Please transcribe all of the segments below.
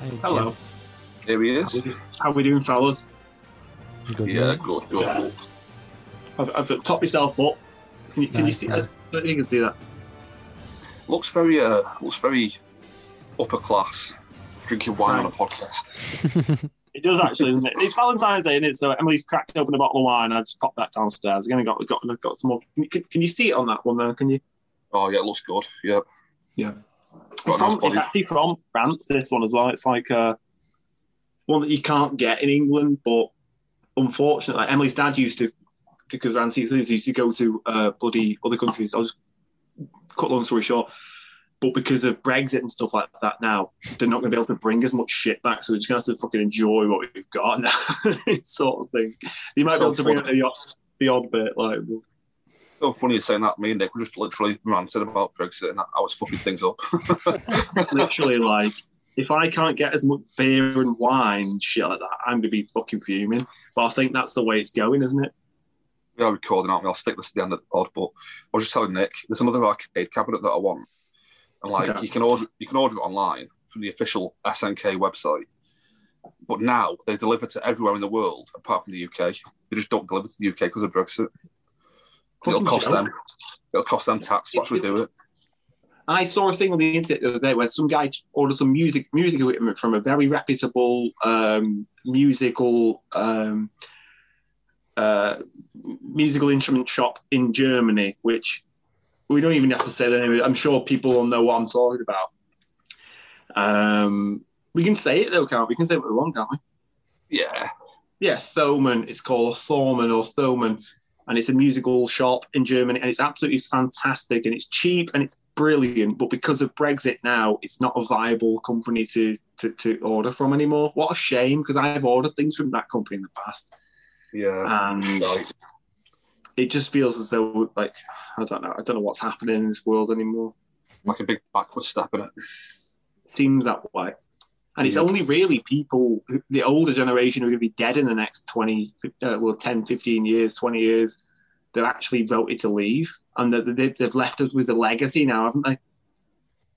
Hey, Jim. Hello. There he is. How we doing, fellas? You good, Yeah, mate? good, good. I've, I've topped myself up. Can you, can you Nice, see? I man. don't think you can see that. Looks very, uh, looks very upper class. Drinking wine on a podcast. It does actually, isn't it? It's Valentine's Day, is it? So Emily's cracked open a bottle of wine. I just popped that downstairs. Again, I got got got some more. Can, you- can you see it on that one there? Can you? Oh yeah, it looks good. Yeah. Yeah. It's, Got a nice from, it's body. actually from France. This one as well. It's like uh, one that you can't get in England, but unfortunately, like Emily's dad used to because her auntie Liz used to go to uh, bloody other countries. I'll just cut long story short. But because of Brexit and stuff like that now, they're not going to be able to bring as much shit back. So we're just going to have to fucking enjoy what we've got now, sort of thing. You might be So able to bring out funny. the odd, the odd bit, like So funny you're saying that. Me and Nick were just literally ranting about Brexit and how it's fucking things up. literally like if I can't get as much beer and wine and shit like that, I'm gonna be fucking fuming. But I think that's the way it's going, isn't it? we are recording, aren't we? I'll stick this at the end of the pod. But I was just telling Nick, there's another arcade cabinet that I want, and like Okay. you can order, you can order it online from the official SNK website. But now they deliver to everywhere in the world apart from the UK. They just don't deliver to the UK because of Brexit. 'Cause It'll Fucking cost joke. them. It'll cost them tax. to actually do it. I saw a thing on the internet the other day where some guy ordered some music music equipment from a very reputable um, musical um, uh, musical instrument shop in Germany, which we don't even have to say the name. of it. I'm sure people will know what I'm talking about. Um, we can say it though, can't we? We can say what we want, can't we? Yeah, yeah, Thoman. It's called Thorman or Thoman, and it's a musical shop in Germany, and it's absolutely fantastic, and it's cheap and it's brilliant. But because of Brexit now, it's not a viable company to to, to order from anymore. What a shame, because I've ordered things from that company in the past, yeah. and Right. it just feels as though like I don't know, I don't know what's happening in this world anymore. like a big backward step in it. seems that way. And it's Yeah. only really people, who- the older generation who are going to be dead in the next 20, fif- uh, well, 10, 15 years, 20 years, they're actually voted to leave. And that they- they've left us with a legacy now, haven't they?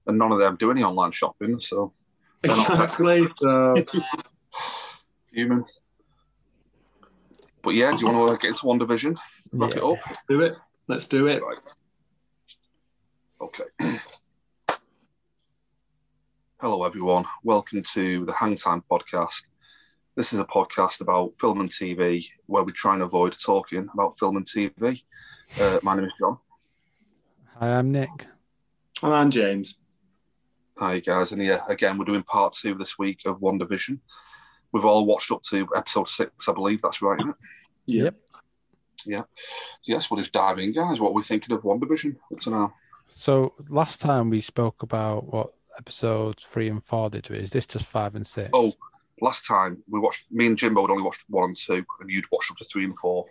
And none of them do any online shopping, so They're not Exactly. So, human. But yeah, do you want to get into one division? Wrap it Yeah. up. do it. Let's do it. Right. Okay. Hello, everyone. Welcome to the Hangtime Podcast. This is a podcast about film and TV where we try and avoid talking about film and TV. Uh, my name is John. Hi, I'm Nick. And I'm James. Hi, guys. And yeah, again, we're doing part two this week of One Division. We've all watched up to episode six, I believe. That's right, isn't it? Yeah. Yep. Yes, we'll just dive in, guys. What are we thinking of One Division up to now? So last time we spoke about what episodes three and four did we? Is this just five and six? Oh, last time we watched, me and Jimbo had only watched one and two, and you'd watched up to three and four.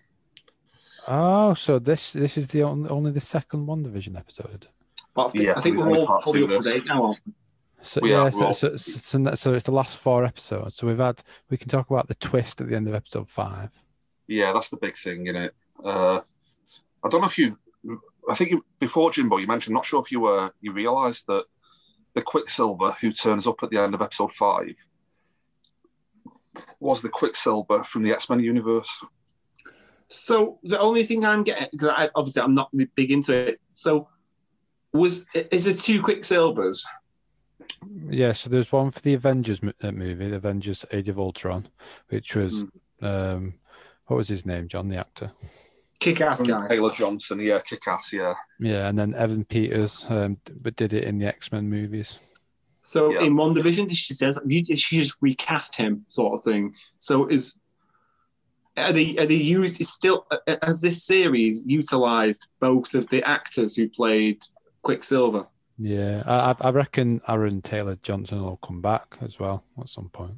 Oh, so this this is the only, only the second One Division episode. But I think, Yeah, I think we- we're we all can't fully do up to this. date now. aren't we? So We yeah, are, so, well- so, so, that- so it's the last four episodes. So we've had we can talk about the twist at the end of episode five. Yeah, that's the big thing in it. Uh, I don't know if you, I think you, before Jimbo, you mentioned. Not sure if you were you realised that the Quicksilver who turns up at the end of episode five was the Quicksilver from the X Men universe. So the only thing I'm getting, because I, obviously I'm not really big into it. So was is there two Quicksilvers? Yeah, so there's one for the Avengers mo- uh, movie, the Avengers Age of Ultron, which was Hmm. um, what was his name, John, the actor. Mm, Kick-ass guy. Taylor Johnson, yeah, kick ass, yeah. Yeah, and then Evan Peters, um, d- but did it in the X Men movies. So Yeah. in one division, she says you, she just recast him, sort of thing. So is are they are they used? Is still uh, has this series utilized both of the actors who played Quicksilver? Yeah, I, I- I reckon Aaron Taylor Johnson will come back as well at some point.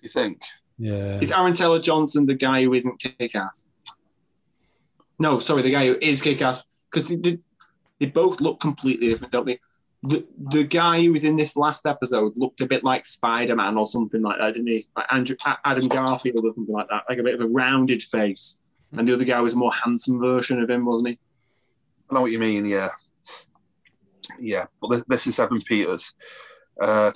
You think? Yeah, Is Aaron Taylor Johnson the guy who isn't Kick-Ass? No, sorry, the guy who is Kick-Ass because they, they, they both look completely different, don't they? The, the guy who was in this last episode looked a bit like Spider Man or something like that, didn't he? Like Andrew, A- Adam Garfield or something like that, like a bit of a rounded face. And the other guy was a more handsome version of him, wasn't he? I know what you mean, yeah. Yeah, but this, this is Evan Peters. Uh,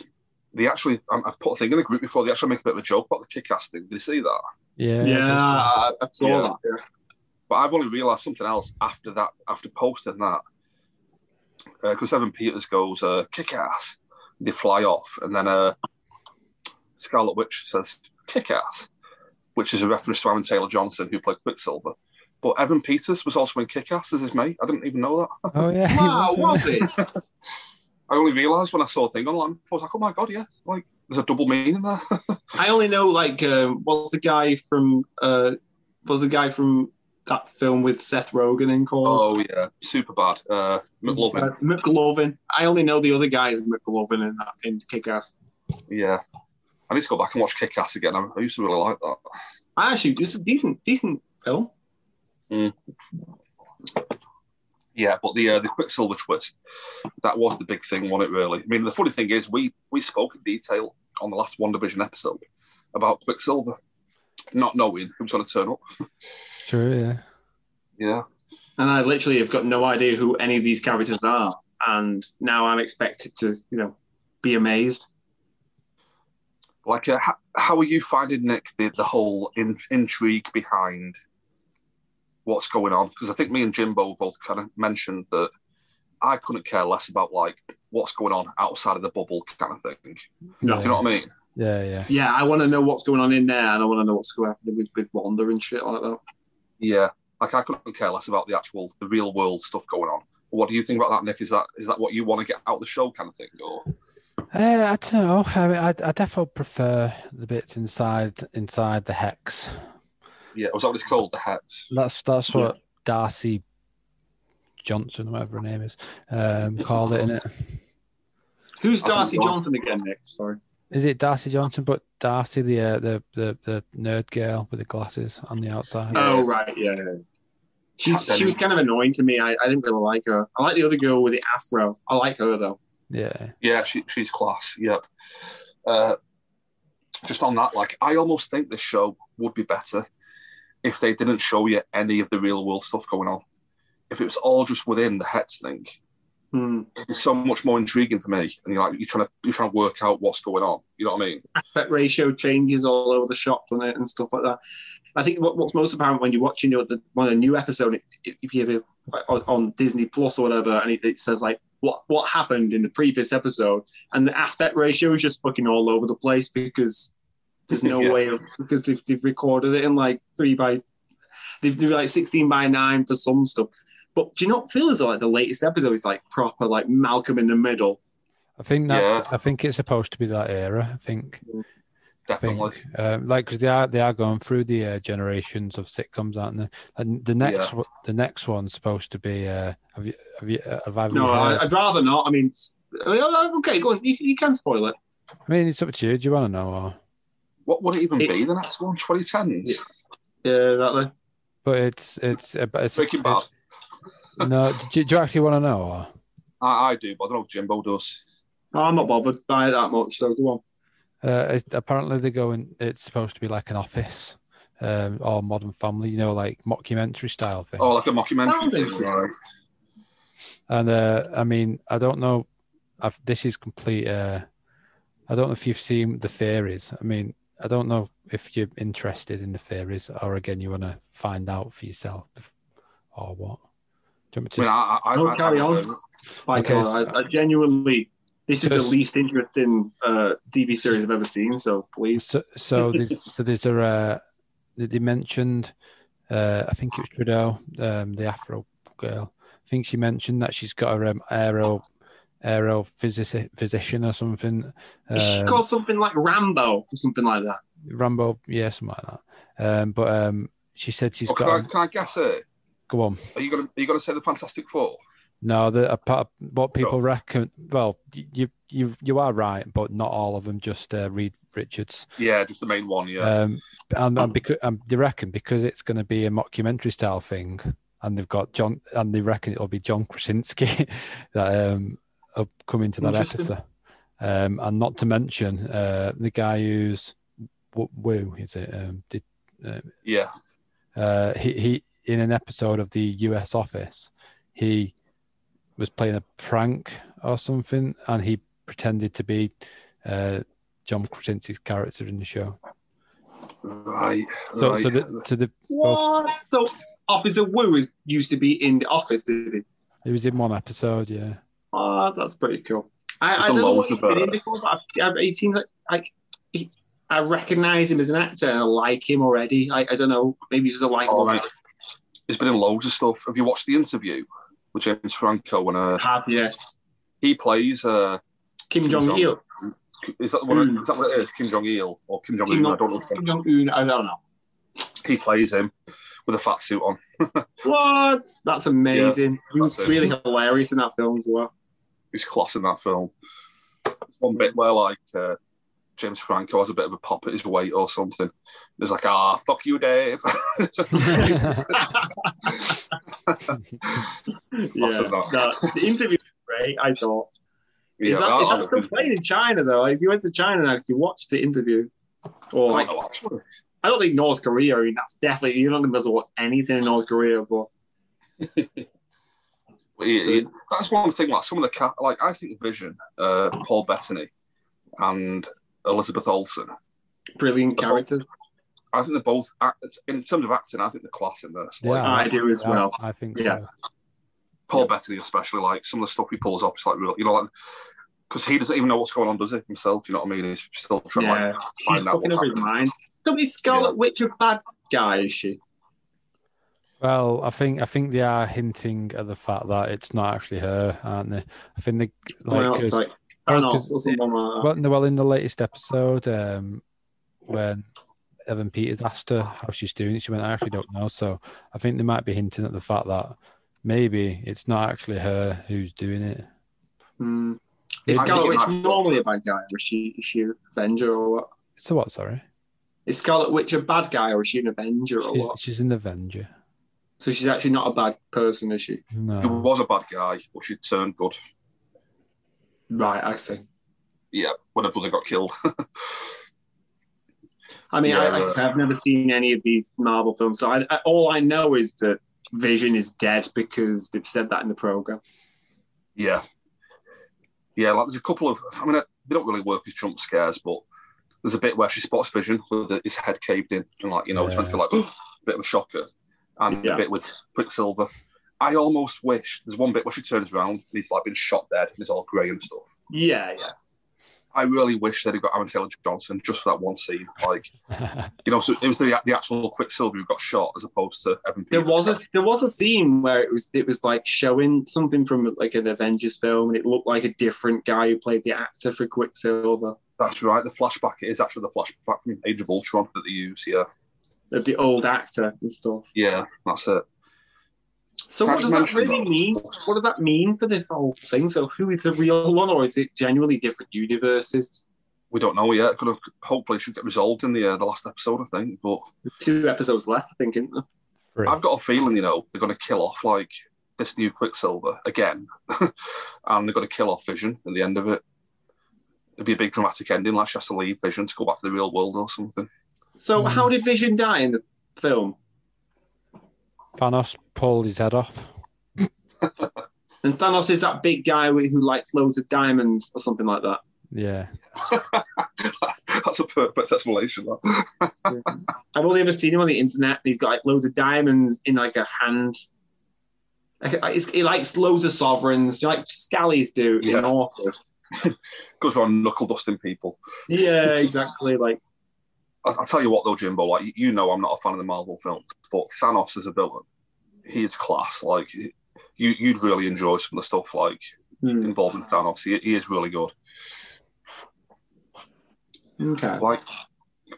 they actually, I I put a thing in the group before, they actually make a bit of a joke about the kick ass thing. Did you see that? Yeah. I did. Yeah, I, I saw Yeah. that. Yeah. But I've only realised something else after that, after posting that. Because Evan Peters goes, uh, kick ass. They fly off. And then uh, Scarlet Witch says, kick ass, which is a reference to Aaron Taylor Johnson, who played Quicksilver. But Evan Peters was also in Kick Ass as his mate. I didn't even know that. Oh yeah. he Wow, was, was it? I only realised when I saw a thing online. I was like, oh my God, yeah. Like, there's a double meaning there. I only know like um, what's the guy from uh, was the guy from that film with Seth Rogen in called oh, yeah. Super bad. Uh, McLovin. Uh, McLovin. I only know the other guy is McLovin in that in Kick Ass. Yeah. I need to go back and watch Kick Ass again. I, I used to really like that. I actually it's a decent decent film. Yeah, but the uh, the Quicksilver twist, that was the big thing, wasn't it, really? I mean, the funny thing is, we, we spoke in detail on the last One Division episode about Quicksilver, not knowing who was going to turn up. True. Yeah. Yeah. And I literally have got no idea who any of these characters are. And now I'm expected to, you know, be amazed. Like, uh, how, how are you finding, Nick, the, the whole in, intrigue behind what's going on? Because I think me and Jimbo both kind of mentioned that I couldn't care less about, like, what's going on outside of the bubble kind of thing. No. Do you know what I mean? Yeah. Yeah. Yeah, I want to know what's going on in there, and I want to know what's going on with, with Wanda and shit like that. Yeah, like I couldn't care less about the actual, the real world stuff going on. What do you think about that, Nick? Is that is that what you want to get out of the show, kind of thing? Or Uh, I don't know. I mean, I, I definitely prefer the bits inside inside the hex. yeah, was that what it's called? The hats. That's that's what Darcy Johnson, whatever her name is, um, called it. Innit? Who's I think Darcy Darcy- Johnson again, Nick? Sorry. Is it Darcy Johnson? But Darcy, the uh, the, the the nerd girl with the glasses on the outside. Yeah. Oh right, yeah. yeah. She, Cat she was kind of annoying to me. I, I didn't really like her. I like the other girl with the afro. I like her though. Yeah. Yeah, she, she's class. Yep. Uh, just on that, like I almost think this show would be better if they didn't show you any of the real world stuff going on. If it was all just within the hats thing, Hmm. it's so much more intriguing for me. And you're like, you're trying to you're trying to work out what's going on. You know what I mean? Aspect ratio changes all over the shop on it and stuff like that. I think what, what's most apparent when you're watching you know, the, one a new episode, if if you ever on, on Disney Plus or whatever, and it, it says like what what happened in the previous episode, and the aspect ratio is just fucking all over the place because there's no Yeah. way of, because they've, they've recorded it in like three by they've they're like sixteen by nine for some stuff. But do you not feel as though like the latest episode is like proper like Malcolm in the Middle? I think that's. I think it's supposed to be that era. I think. I think, Definitely. um, like because they are they are going through the uh, generations of sitcoms, aren't they? And the Yeah. next one the next one's supposed to be. Uh, have you have you uh, have either No, you heard- I, I'd rather not. I mean, s- uh, okay, go on. You, you can spoil it. I mean, it's up to you. Do you want to know? Or... What would it even It- be? The next one, 2010s. Yeah. Yeah, exactly. But it's it's about it's, Breaking Bad. it's- no. Do, you- do you actually want to know? Or? I, I do, but I don't know if Jimbo does. No, I'm not bothered by it that much, so go on. Uh, it, apparently, they're going. It's supposed to be like an office um, or Modern Family, you know, like mockumentary style thing. Oh, like a mockumentary Sounds thing, interesting. right? And uh, I mean, I don't know. I've, this is complete. Uh, I don't know if you've seen the theories. I mean, I don't know if you're interested in the theories, or again, you want to find out for yourself, bef- or what. Do you want me to I mean, s- I, I, I, Don't I, carry I- on. Like, Okay. uh, I, I genuinely, this is So the it's- least interesting uh, TV series I've ever seen, so please. So, so there's, so there's a uh, they they mentioned, uh, I think it was Trudeau, um, the Afro girl. I think she mentioned that she's got her um, aero aero physici- physician or something. Is she um, called something like Rambo or something like that? Rambo, yeah, something like that. Um, but um, she said she's Oh, can, I, got. can I guess it? Go on. Are you going to are you going to say the Fantastic Four? No, the apart, what people reckon. Well, you you you are right, but not all of them. Just uh, Reed Richards. Yeah, just the main one. Yeah, Um, and and because um, they reckon because it's going to be a mockumentary style thing, and they've got John, and they reckon it'll be John Krasinski that um will come into that Interesting. episode. Um, and not to mention uh, the guy who's Wo- Woo, is it? Um, did, yeah. uh, he he in an episode of the U.S. Office, he was playing a prank or something, and he pretended to be uh, John Krasinski's character in the show. Right. So, right. so the, so the, What? So Officer Wu is, used to be in the office, did he? it was in one episode, yeah. Oh, that's pretty cool. I, Just I a don't know load what of he's been in birds. before, but I've, I've, he seems like, like he, I recognise him as an actor and I like him already. I, I don't know, maybe he's just a All likable guy. right. He's Oh, been in loads of stuff. Have you watched the interview with James Franco when uh, Have, yes. he plays? Uh, Kim Kim Jong Jong-il. Il. is that what? Mm. Is that what it is? Kim Jong Il or Kim Jong Kim Un? Jong I don't know. Kim Jong Un. I don't know. He plays him with a fat suit on. What? That's amazing. he was that's it. really hilarious in that film as well. He's class in that film. One bit where like uh, James Franco has a bit of a pop at his weight or something. He's like, "Ah, fuck you, Dave." yeah. enough. that- the interview was great, I thought. Yeah, is that, is I- that still playing in China, though? Like, if you went to China and you watched the interview, I or don't like, know, actually. I don't think North Korea. I mean, that's definitely you're not going to be able to watch anything in North Korea, but He- he- that's one thing. Like some of the cat, like I think Vision, uh, Paul Bettany, and Elizabeth Olsen. brilliant characters. I think they're both act- in terms of acting. I think they're class in this. Yeah. Like, Oh, I do as Yeah, well. I think Yeah. so. Paul Bettany, especially, like some of the stuff he pulls off is like real. You know, like because he doesn't even know what's going on, does he himself? You know what I mean? He's still trying to Yeah. like, She's find out fucking what up his happened. mind. Don't be Scarlet Witch a bad guy, is she? Well, I think I think they are hinting at the fact that it's not actually her, aren't they? I think they Someone like, else, 'cause- like well, Thanos 'cause- or someone like that. well, no, well, in the latest episode, um, when Evan Peters asked her how she's doing, she went, "I actually don't know." So I think they might be hinting at the fact that maybe it's not actually her who's doing it. Hmm. Is I think Scarlet it Witch might- normally a bad guy, or is she is she an Avenger or what? So what? Sorry, Is Scarlet Witch a bad guy, or is she an Avenger or she's, what? she's an Avenger. So she's actually not a bad person, is she? He No, was a bad guy, but she turned good. Right, I see. Yeah, when her brother got killed. I mean, I, Yeah, like I but- said, I've never seen any of these Marvel films, so I, I, all I know is that Vision is dead because they've said that in the program. Yeah. Yeah, like there's a couple of, I mean, uh, they don't really work as jump scares, but there's a bit where she spots Vision with the- his head caved in and, like, you know, it's meant to be like, a bit of a shocker. And Yeah. a bit with Quicksilver. I almost wish there's one bit where she turns around and he's like been shot dead and it's all grey and stuff. Yeah, yeah. I really wish they'd have got Aaron Taylor Johnson just for that one scene. Like, you know, so it was the, the actual Quicksilver who got shot as opposed to Evan There Peters. was a there was a scene where it was it was like showing something from like an Avengers film, and it looked like a different guy who played the actor for Quicksilver That's right. The flashback it is actually the flashback from Age of Ultron that they use. Yeah, of the old actor and stuff. yeah, that's it. So Can what I does just that mention really that? mean? What does that mean for this whole thing? So who is the real one, or is it genuinely different universes? We don't know yet. Could have, hopefully it should get resolved in the uh, the last episode, I think. But Two episodes left, I think. Isn't there? Free. I've got a feeling, you know, they're going to kill off like this new Quicksilver again, and they're going to kill off Vision at the end of it. It'd be a big dramatic ending. Like she has to leave Vision to go back to the real world or something. So Hmm. how did Vision die in the film? Thanos pulled his head off. And Thanos is that big guy who who likes loads of diamonds or something like that. Yeah, That's a perfect explanation. That. I've only ever seen him on the internet. He's got like loads of diamonds in like a hand. Like, like, it's- He likes loads of sovereigns, like scallies do Yeah. in Norfolk. Goes around knuckle dusting people. Yeah, exactly. Like, I, I'll tell you what though, Jimbo. Like you know, I'm not a fan of the Marvel films, but Thanos is a villain. He is class. Like you, you'd really enjoy some of the stuff like hmm, involving Thanos. He, he is really good. okay. Like,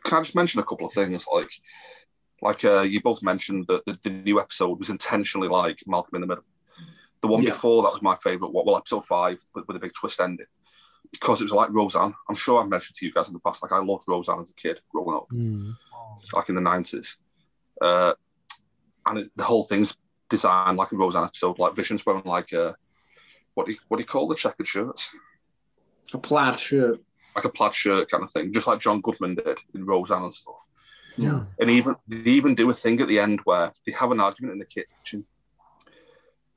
can I just mention a couple of things? Like, like uh, you both mentioned that the, the new episode was intentionally like Malcolm in the Middle. The one Yeah. before that was my favourite. one. Well, episode five with, with a big twist ending because it was like Roseanne. I'm sure I've mentioned to you guys in the past. Like I loved Roseanne as a kid growing up. Hmm. like in the nineties, uh, and it, the whole thing's designed like a Roseanne episode. Like Vision's wearing like a what do you, what do you call the checkered shirts? A plaid shirt. Like a plaid shirt kind of thing, just like John Goodman did in Roseanne and stuff. Yeah. And even they even do a thing at the end where they have an argument in the kitchen,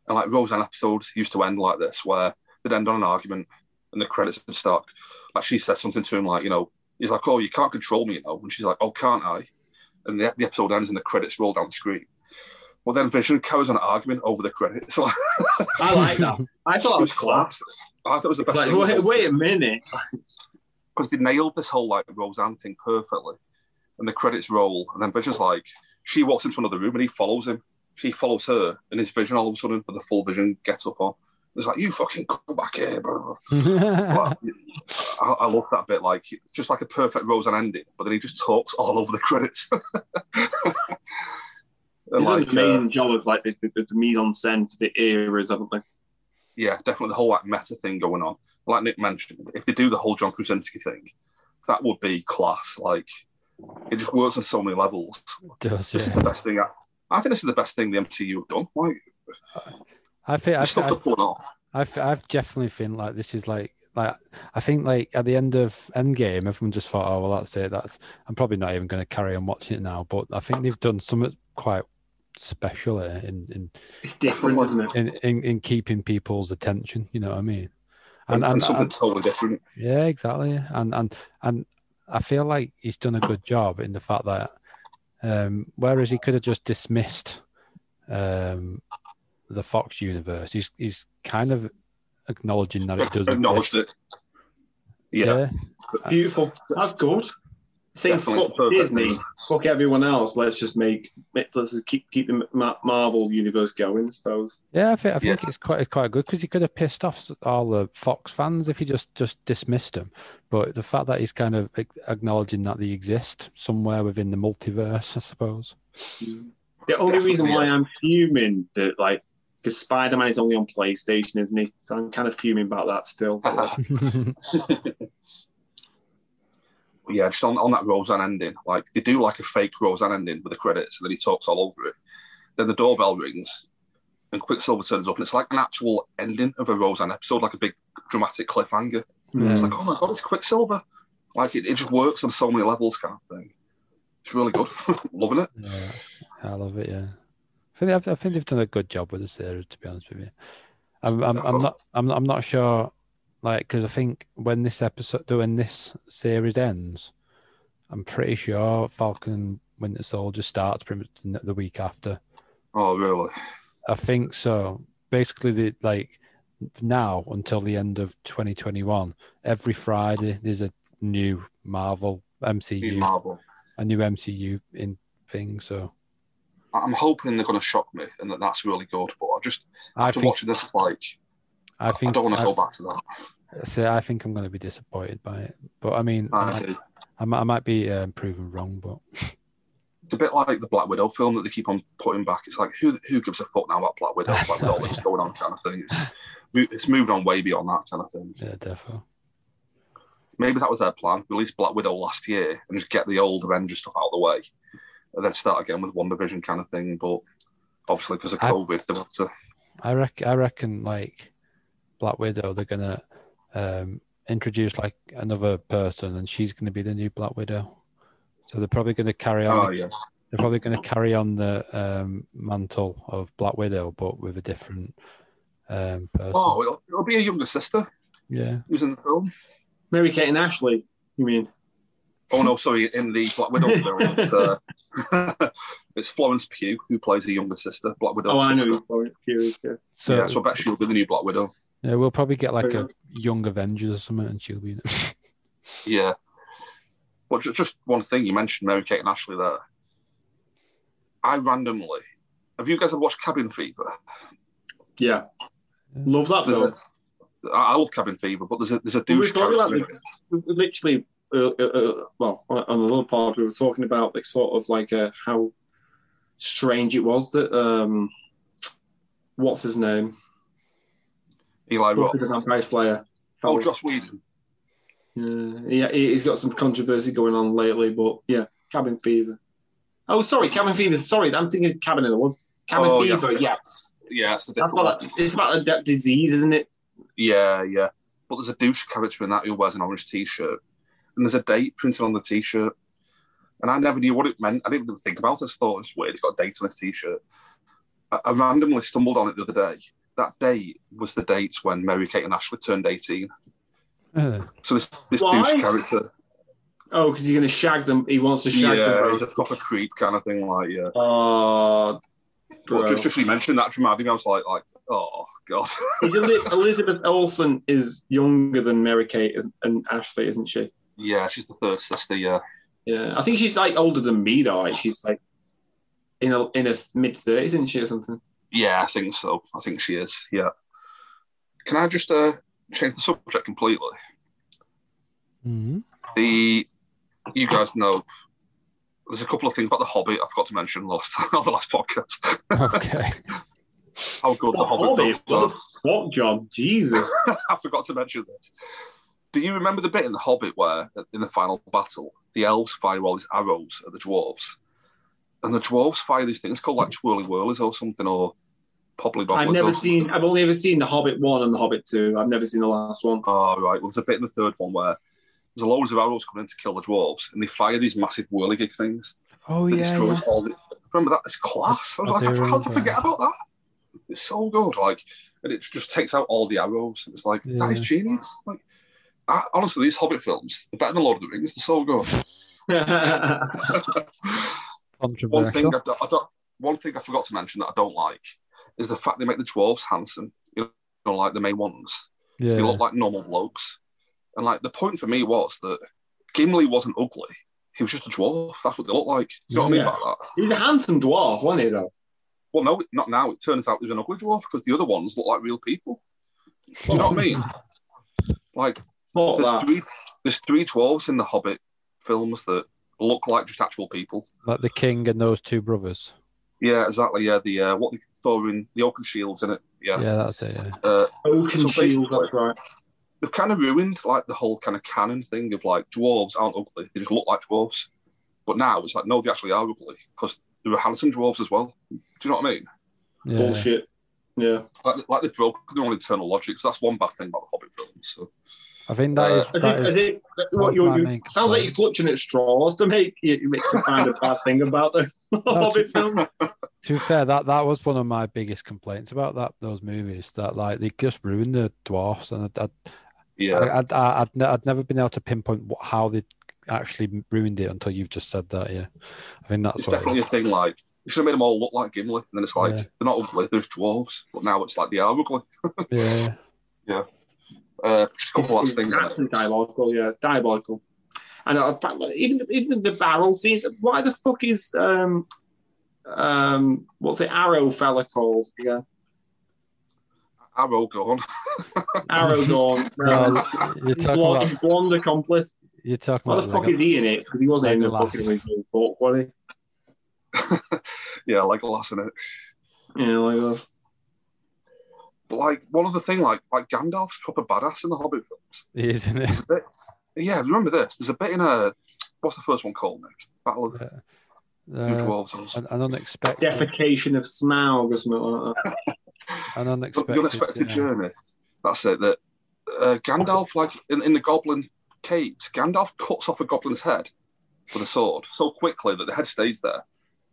and like Roseanne episodes used to end like this, where they'd end on an argument, and the credits have stuck. Like she said something to him, like you know, he's like, "Oh, you can't control me," you know, and she's like, "Oh, can't I?" And the, the episode ends, and the credits roll down the screen. But then Vision carries on an argument over the credits. Like, I like that. I thought it that was was class. class. I thought it was the best. Like, thing wait, wait a minute. because they nailed this whole like Roseanne thing perfectly. And the credits roll, and then Vision's like, she walks into another room and he follows him. She follows her, and his vision all of a sudden, with the full vision, gets up on. It's like, you fucking come back here. bro." Like, I, I love that bit, like, just like a perfect Roseanne ending, but then he just talks all over the credits. And, They've done an like, uh, amazing job of like the, the, the mise en scène for the eras, haven't they? yeah, definitely the whole like meta thing going on. Like Nick mentioned, if they do the whole John Krasinski thing, that would be class. Like it just works on so many levels. does, This is yeah. the best thing. I, I think this is the best thing the MCU have done. Like I think I, the stuff think- that's going on. I've I've definitely think like this is like like I think like at the end of Endgame, everyone just thought, oh well, that's it. That's I'm probably not even going to carry on watching it now. But I think they've done something quite special here in in It's different, isn't it? in, in, in keeping people's attention. You know what I mean? And, And, and, something and- totally different. yeah, exactly. And and and I feel like he's done a good job in the fact that um, whereas he could have just dismissed um, the Fox universe, he's he's kind of acknowledging that it does Acknowledged exist. it. Yeah. Beautiful. That's good. Saying Definitely. fuck Disney, fuck everyone else. Let's just make let's just keep keep the Ma- Marvel universe going. I suppose. Yeah, I think, I think it's quite quite good because he could have pissed off all the Fox fans if he just just dismissed them. But the fact that he's kind of ac- acknowledging that they exist somewhere within the multiverse, I suppose. The only reason why Definitely. I'm fuming that like because Spider Man is only on PlayStation, isn't he? So I'm kind of fuming about that still. Uh-huh. But, like, yeah, just on, on that Roseanne ending, like they do like a fake Roseanne ending with the credits, and then he talks all over it. Then the doorbell rings, and Quicksilver turns up, and it's like an actual ending of a Roseanne episode, like a big dramatic cliffhanger. Yeah. It's like, oh my god, it's Quicksilver! Like it, it just works on so many levels, kind of thing. It's really good, loving it. Yeah, that's- I love it. Yeah, I think I've- I think they've done a good job with this series. To be honest with you, I'm I'm, I'm not I'm not, I'm not sure, like because I think when this episode when this series ends, I'm pretty sure Falcon and Winter Soldier starts pretty much the- the week after. Oh really? I think so. Basically, the like now until the end of 2021, every Friday there's a new Marvel New MCU, Marvel. a new MCU in thing. So I- I'm hoping they're going to shock me, and that that's really good. But I just I after think watching this, it's like I think I don't want to I- go back to that. So I think I'm going to be disappointed by it. But I mean, I, I might- do. I, might- I might be um, proven wrong. But it's a bit like the Black Widow film that they keep on putting back. It's like who who gives a fuck now about Black Widow? Like with all this going on, kind of thing. It's, mo- it's moved on way beyond that kind of thing. yeah, definitely. Maybe that was their plan: release Black Widow last year and just get the old Avengers stuff out of the way, and then start again with One Division kind of thing. But obviously, because of I- COVID, they want to. I reckon. I reckon like Black Widow, they're gonna um, introduce like another person, and she's going to be the new Black Widow. So they're probably going to carry on. Oh yeah, They're probably going to carry on the um, mantle of Black Widow, but with a different um, person. oh, it'll, it'll be a younger sister Yeah, who's in the film. Mary Kate and Ashley. You mean? Oh no, sorry, in the Black Widow film, it's, uh, it's Florence Pugh who plays the younger sister, Black Widow's Oh, I sister. know. Florence Pugh is, Yeah. so yeah, so I bet she'll be the new Black Widow. yeah, we'll probably get like a young Avengers or something, and she'll be. In it. Yeah. But ju- just one thing you mentioned, Mary Kate and Ashley there. I randomly, have you guys ever watched Cabin Fever? Yeah. Love that There's film. a- I I love Cabin Fever, but there's a there's a We were douche talking about character. in it. we were literally uh, uh, uh, well on on the little part we were talking about like sort of like uh, how strange it was that um what's his name Eli Buffy the Roth. Vampire Slayer Oh, Joss Whedon. yeah, yeah he- he's got some controversy going on lately but yeah Cabin Fever oh sorry Cabin Fever sorry I'm thinking Cabin in the Woods Cabin Oh, Fever yeah, Yeah, that's a That's different about one. that, it's about that, that disease isn't it Yeah, yeah. But there's a douche character in that who wears an orange t-shirt, and there's a date printed on the t-shirt. And I never knew what it meant. I didn't even think about it. I just thought it's weird. It's got a date on his t-shirt. I, I randomly stumbled on it the other day. That date was the date when Mary Kate and Ashley turned 18. Uh, So this this Why? douche character, Oh, because he's going to shag them. He wants to shag yeah, them. he's a proper creep kind of thing. Like, yeah. Oh, bro. But just just you mentioned that reminded me, I was like, like, oh god. Elizabeth Olsen is younger than Mary Kate and- and Ashley, isn't she? yeah, she's the third sister. Yeah, Yeah, I think she's like older than me though. Like she's like in a in her mid thirties, isn't she, or something? yeah, I think so. I think she is. Yeah. Can I just uh, change the subject completely? mhm. The you guys know. There's a couple of things about the Hobbit I forgot to mention last on the last podcast. Okay. How good the The Hobbit, Hobbit? was. What job? Jesus. I forgot to mention this. Do you remember the bit in The Hobbit where, in the final battle, the elves fire all these arrows at the dwarves? And the dwarves fire these things called like twirly whirlies or something, or popply bobblers. I've never or seen. I've only ever seen The Hobbit one and The Hobbit two. I've never seen the last one. Oh, right. Well, there's a bit in the third one where there's loads of arrows coming in to kill the dwarves, and they fire these massive whirligig things. Oh that yeah. destroys yeah. all the... Remember that? It's class. I I was do like, how remember did I forget that. about that? It's so good. Like, and it just takes out all the arrows. It's like that is Yeah. genius. Like, I, honestly, these Hobbit films, they're better than Lord of the Rings. They're so good. one thing Controversial. I, don't- I don't, one thing I forgot to mention that I don't like is the fact they make the dwarves handsome. You know, like the main ones. They Yeah. look like normal blokes. And like the point for me was that Gimli wasn't ugly. He was just a dwarf. That's what they look like. Do you know what I Yeah. mean about that? he's a handsome dwarf, wasn't he though? Well, no, not now. It turns out he was an ugly dwarf because the other ones look like real people. Do you know what I mean? Like Fuck there's that. three, there's three dwarves in the Hobbit films that look like just actual people. Like the king and those two brothers. Yeah, exactly. Yeah, the uh, what they throw in the Oaken shields in it. Yeah, Yeah, that's it. Yeah. Uh, Oaken So shield. basically- That's right. they've kind of ruined like the whole kind of canon thing of like dwarves aren't ugly; they just look like dwarves. But now it's like no, they actually are ugly because there were handsome dwarves as well. Do you know what I mean? yeah. Bullshit. Yeah. Like, like they've broken their own internal logic. So that's one bad thing about the Hobbit films. So. I think that is. Uh, I think, that I is think what you, my you main sounds like complaint. you're clutching at straws to make you make some kind of bad thing about the Hobbit film. to be fair, that that was one of my biggest complaints about that those movies. That like they just ruined the dwarfs, and I, I, Yeah, I, I'd, I'd, ne- I'd never been able to pinpoint what, how they actually ruined it until you've just said that. Yeah, I think that's it's what it definitely a is. thing. Like you should have made them all look like Gimli, and then it's like Yeah. they're not ugly; they're just dwarves. But now it's like they are ugly. yeah. Uh, just a couple last things. That's diabolical, yeah, diabolical. And uh, fact, even even the barrel scenes. Why the fuck is um um what's the arrow fella called? Yeah, Arrow gone. arrow gone. No, Um, you're his talking blonde, about his blonde accomplice. you're talking Why about the fuck Lego- is he in it? Because he wasn't in the Legolas. fucking original book, was Yeah, like last in it. he? Yeah, like uh, us. But like one other thing, like like Gandalf's proper badass in the Hobbit films. he is, isn't it? Yeah, remember this? There's a bit in a what's the first one called, Nick? Battle of the Two Uh, Dwarves. Or something. an, an unexpected, Defecation of Smaug or something like that. an The- unexpected, the unexpected yeah. journey. That's it. That uh, Gandalf, like in, in the Goblin caves, Gandalf cuts off a goblin's head with a sword so quickly that the head stays there.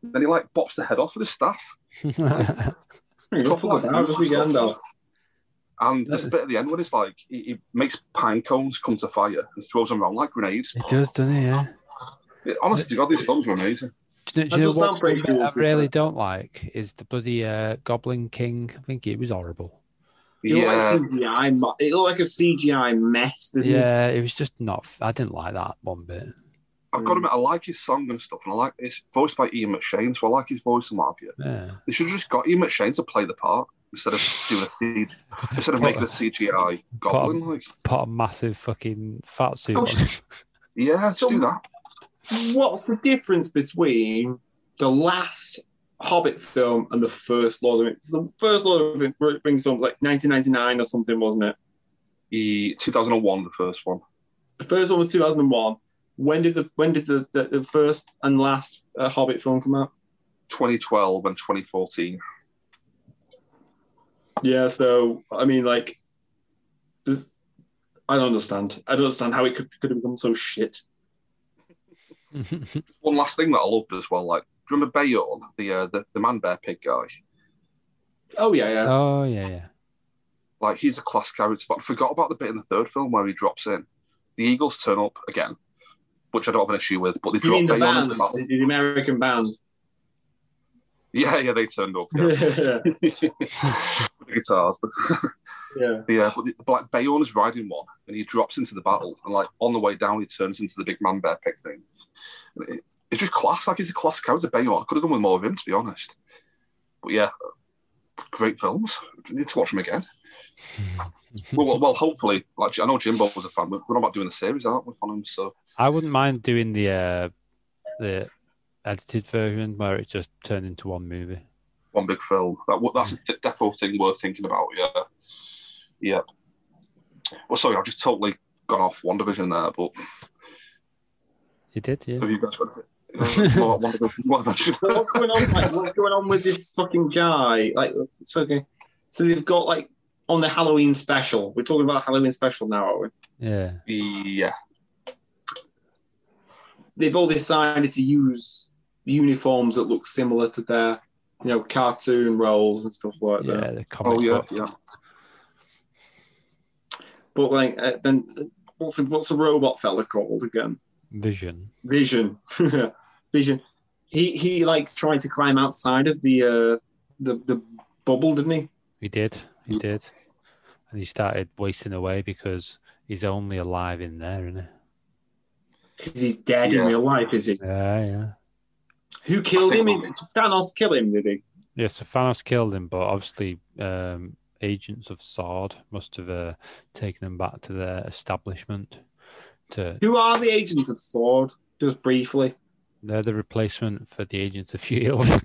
Then he like bops the head off with his staff. Hey, what the fuck is that? Just be Gandalf. And there's a bit at the end when it's like he, he makes pine cones come to fire and throws them around like grenades. it does, doesn't it? Yeah. Yeah, honestly, to God, these films were amazing. Do you, That do you know does what sound pretty one bit cool, I to be really don't like is the bloody uh, Goblin King. I think it was horrible. It looked Yeah. like CGI. mo- It looked like a CGI mess, didn't it? Yeah, it was just not. I didn't like that one bit. I've got to admit, I like his song and stuff, and I like it's voiced by Ian McShane, so I like his voice and what have you. Yeah. They should have just got Ian McShane to play the part instead of doing a C- instead of Put- making a CGI goblin. Like, Put a massive fucking fat suit Oh, on. yeah, let's do that. What's the difference between the last Hobbit film and the first Lord of the Rings? The first Lord of the Rings film was like 1999 or something, wasn't it? He, 2001, the first one. The first one was 2001. When did the when did the, the, the first and last uh, Hobbit film come out? 2012 and 2014. Yeah, so I mean, like, there's- I don't understand. I don't understand how it could could have become so shit. One last thing that I loved as well, like, do you remember Bayorn, the, uh, the the man bear pig guy? Oh yeah, yeah. oh yeah, yeah. Like he's a class character, but I forgot about the bit in the third film where he drops in. The Eagles turn up again, which I don't have an issue with, but they You drop mean the they on band, the band. the American band? Yeah, yeah, they turned up. Yeah. yeah. With the guitars. yeah, but, the, but like Bayon is riding one and he drops into the battle and like on the way down he turns into the big man bear pig thing. And it- it's just class, like he's a class character. Bayon, I could have done with more of him to be honest. But yeah, great films. We need to watch them again. well, well, well, hopefully, like I know Jimbo was a fan. We're we're not about doing the series, aren't we, on him? So I wouldn't mind doing the uh, the edited version where it just turned into one movie. one big film. That wa- that's a th- depo thing worth thinking about. Yeah, yeah. Well, sorry, I've just totally gone off one division there, but You did, yeah. Have you guys got anything? Well, one of the- one of the- what's going on? Like, what's going on with this fucking guy? Like, it's okay. So they've got like on the Halloween special. We're talking about Halloween special now, are we? Yeah. yeah, They've all decided to use uniforms that look similar to their, you know, cartoon roles and stuff like that. Yeah, the comic oh yeah, book. yeah. But like, uh, then what's the, what's the robot fella called again? Vision. Vision. Vision. He he like tried to climb outside of the uh, the the bubble, didn't he? He did. He did. And he started wasting away because he's only alive in there, isn't Because he's dead in Yeah. real life, is he? he? Yeah, yeah. Who killed I him? think- Did Thanos kill him, did he? Yeah, so Thanos killed him, but obviously um, agents of Sword must have uh, taken him back to their establishment. To Who are the agents of Sword? Just briefly. they're the replacement for the agents of Shield. E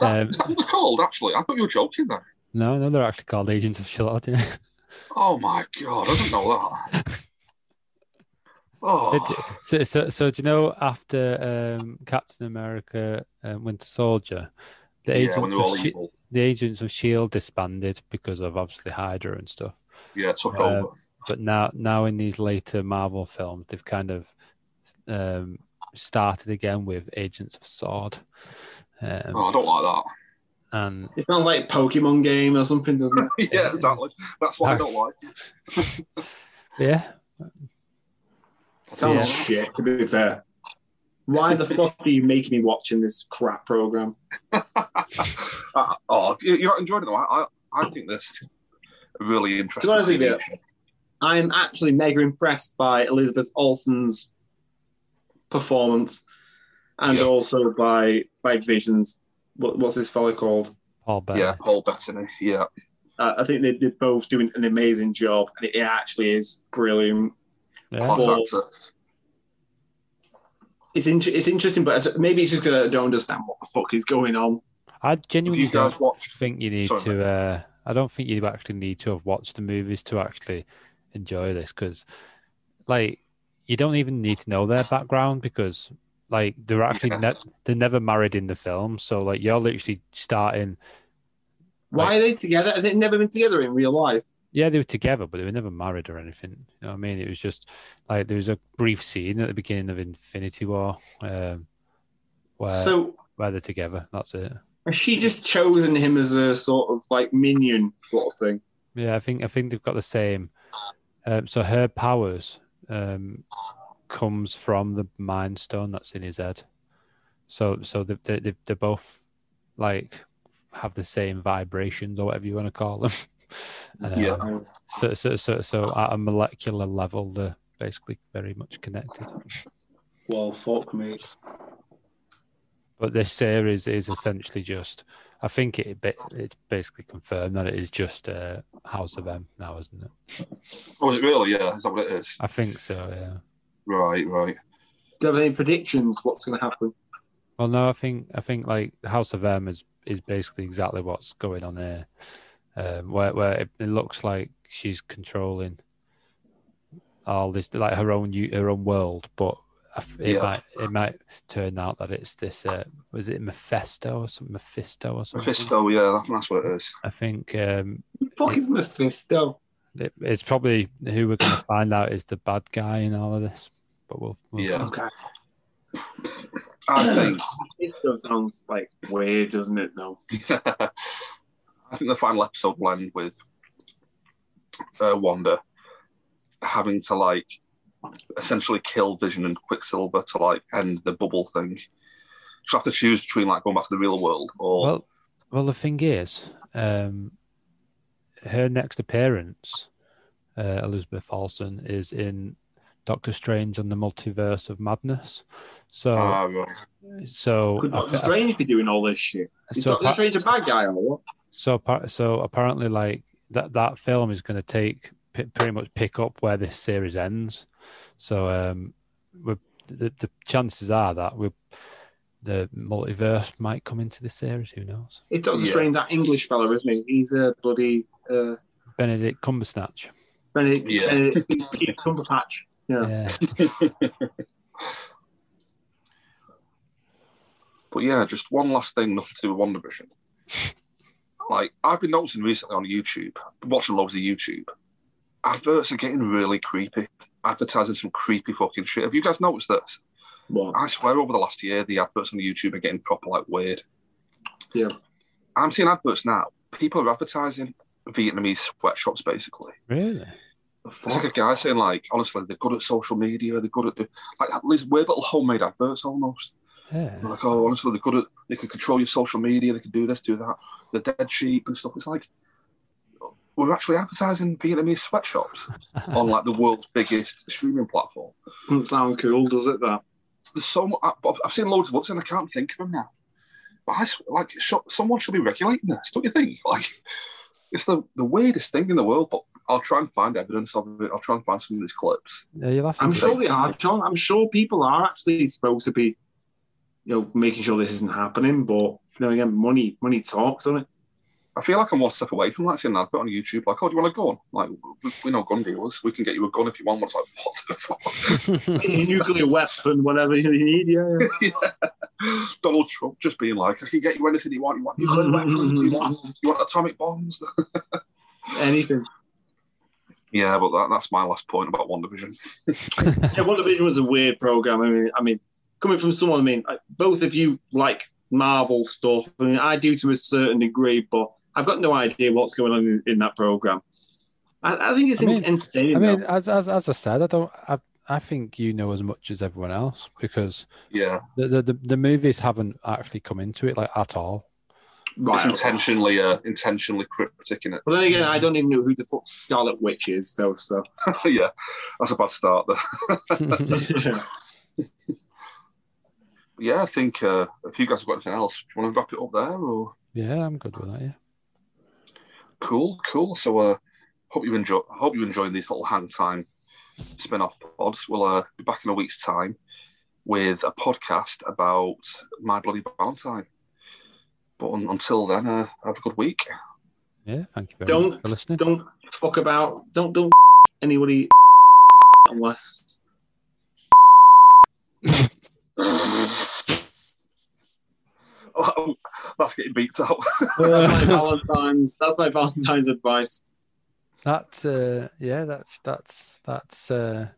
um, Is that what they're called? Actually, I thought you were joking there. no, no, they're actually called agents of Shield. Yeah. Oh my god, I didn't know that. It- Oh, so, so, so do you know after um, Captain America um, Winter Soldier, the yeah, when agents they're all of Shi- evil, the agents of Shield E disbanded because of obviously Hydra and stuff. yeah, took Uh, over. but now now in these later Marvel films, they've kind of um, started again with Agents of Sword, E um, Oh, I don't like and It sounds like a Pokemon game or something, doesn't it? that. yeah, exactly. That's what I don't like. yeah, sounds Yeah. shit, to be fair. Why the fuck are you making me watching this crap program? Uh, oh, you- you're not enjoying it though. I, I, I think this is a really interesting. honest with TV you, show. I am actually mega impressed by Elizabeth Olsen's performance, and Yeah. also by by Visions. What, what's this fella called? Paul Bettany. yeah, Paul Bettany. Yeah, Uh, I think they, they're both doing an amazing job, and it, it actually is brilliant. Yeah. class Paul- actor. It's inter- it's interesting, but I- maybe it's just 'cause I don't understand what the fuck is going on. I Have genuinely you don't guys watched? think you need Sorry, to. Max. Uh, I don't think you actually need to have watched the movies to actually enjoy this because, like, you don't even need to know their background because, like, they're actually Yeah. ne- they're never married in the film, so like you're literally starting. Why are they together? Has it never been together in real life? Yeah, they were together, but they were never married or anything. You know what I mean? It was just like there was a brief scene at the beginning of Infinity War um, where so where they're together. That's it. has she just chosen him as a sort of like minion sort of thing? Yeah, I think I think they've got the same. Um, so her powers um, comes from the Mind Stone that's in his head. So so they they they they're both like have the same vibrations or whatever you want to call them. Um, Yeah. Oh, So, so, so, so at a molecular level, they're basically very much connected. Well, fuck me. But this series is essentially just, I think it ba- it's basically confirmed that it is just uh, House of M now, isn't it? Oh, is it really? Yeah, is that what it is? I think so, yeah. Right, right. Do you have any predictions? What's going to happen? Well, no, I think I think like House of M is is basically exactly what's going on here, um, where where it, it looks like she's controlling all this like her own u- her own world, but I f- it Yeah. might it might turn out that it's this uh, was it Mephisto or some Mephisto or something? Mephisto. Yeah, that- that's what it is. I think um, Who the fuck is Mephisto? it, it's probably who we're going to find out is the bad guy in all of this, but we'll, we'll Yeah. see. Okay. I think Mephisto sounds like weird, doesn't it? No. I think the final episode will end with uh, Wanda having to like essentially kill Vision and Quicksilver to like end the bubble thing. She'll have to choose between like going back to the real world or Well, well, the thing is, um, her next appearance, uh, Elizabeth Olsen, is in Doctor Strange and the Multiverse of Madness. So, Ah, right. so, Could I Doctor thi- I- Strange be doing all this shit? Is so Doctor appa- Strange a bad guy or what? so appa- so apparently, like that that film is going to take p- pretty much pick up where this series ends. So, um, we the the chances are that we the multiverse might come into this series. Who knows? Is Doctor Yeah. Strange that English fella, isn't he? He's a bloody uh, Benedict Cumberbatch. Benedict uh, Yeah. Benedict- Benedict Cumberbatch. Yeah. Yeah. But yeah, just one last thing, nothing to do with Wonder Vision. Like I've been noticing recently on YouTube, watching loads of YouTube, adverts are getting really creepy. Advertising some creepy fucking shit. Have you guys noticed this? What? I swear, over the last year, the adverts on YouTube are getting proper like weird. Yeah. I'm seeing adverts now. People are advertising Vietnamese sweatshops basically. Really? There's like a guy saying like, honestly, they're good at social media. They're good at do- like these weird little homemade adverts almost. Yeah. They're like, oh, honestly, they're good at, they could control your social media, they could do this, do that. They're dead cheap and stuff. It's like, we're actually advertising Vietnamese sweatshops on like the world's biggest streaming platform. Doesn't sound cool, does it? That There's so much, I've seen loads of others and I can't think of them now. But I, s- like, sh- someone should be regulating this, don't you think? Like, it's the, the weirdest thing in the world, but I'll try and find evidence of it. I'll try and find some of these clips. Yeah, you'll have to I'm do sure it. they are, John. I'm sure people are actually supposed to be, you know, making sure this isn't happening. But you know, again, money, money talks, doesn't it? I feel like I'm one step away from like seeing an advert on YouTube. Like, oh, do you want a gun? Like, we, we know gun dealers. We can get you a gun if you want one. It's like, what the fuck? A nuclear weapon, whatever you need. Yeah. yeah. Donald Trump just being like, I can get you anything you want. You want nuclear weapons? You want, you want atomic bombs? Anything. yeah, but that, that's my last point about WandaVision. Yeah, WandaVision was a weird program. I mean, I mean, coming from someone, I mean, I- both of you like Marvel stuff. I mean, I do to a certain degree, but I've got no idea what's going on in, in that program. I, I think it's I mean- entertaining. I though. mean, as, as as I said, I don't. I, I think you know as much as everyone else because Yeah, the the, the, the movies haven't actually come into it like at all. it's intentionally, uh, intentionally cryptic in it. But then again, I don't even know who the fuck Scarlet Witch is, though. So yeah, that's a bad start there. yeah, I think uh, if you guys have got anything else, do you want to wrap it up there or? yeah, I'm good with that. Yeah. Cool, cool. So, uh, hope you enjoy. Hope you're enjoying these little hang time spin-off pods. We'll uh, be back in a week's time with a podcast about My Bloody Valentine. But un- until then, uh, have a good week. Yeah. Thank you very much Don't- for listening. don't fuck about. Don't don't anybody unless. Oh, that's getting beeped out. That's my Valentine's. That's my Valentine's advice. that's uh, yeah. That's that's that's uh,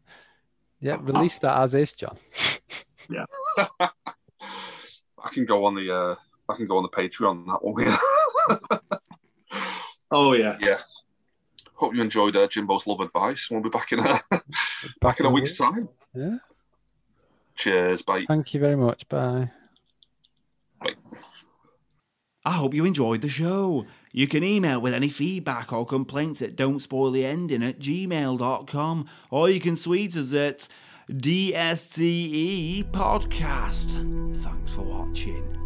yeah. Release that as is, John. I can go on the. Uh, I can go on the Patreon that one. Oh yeah. yeah. Hope you enjoyed uh, Jimbo's love advice. We'll be back in uh, a back in a week's time. Yeah. Cheers, bye. Thank you very much. Bye. I hope you enjoyed the show. You can email with any feedback or complaints at don'tspoiltheending at gmail.com or you can tweet us at DSTE Podcast. E Thanks for watching.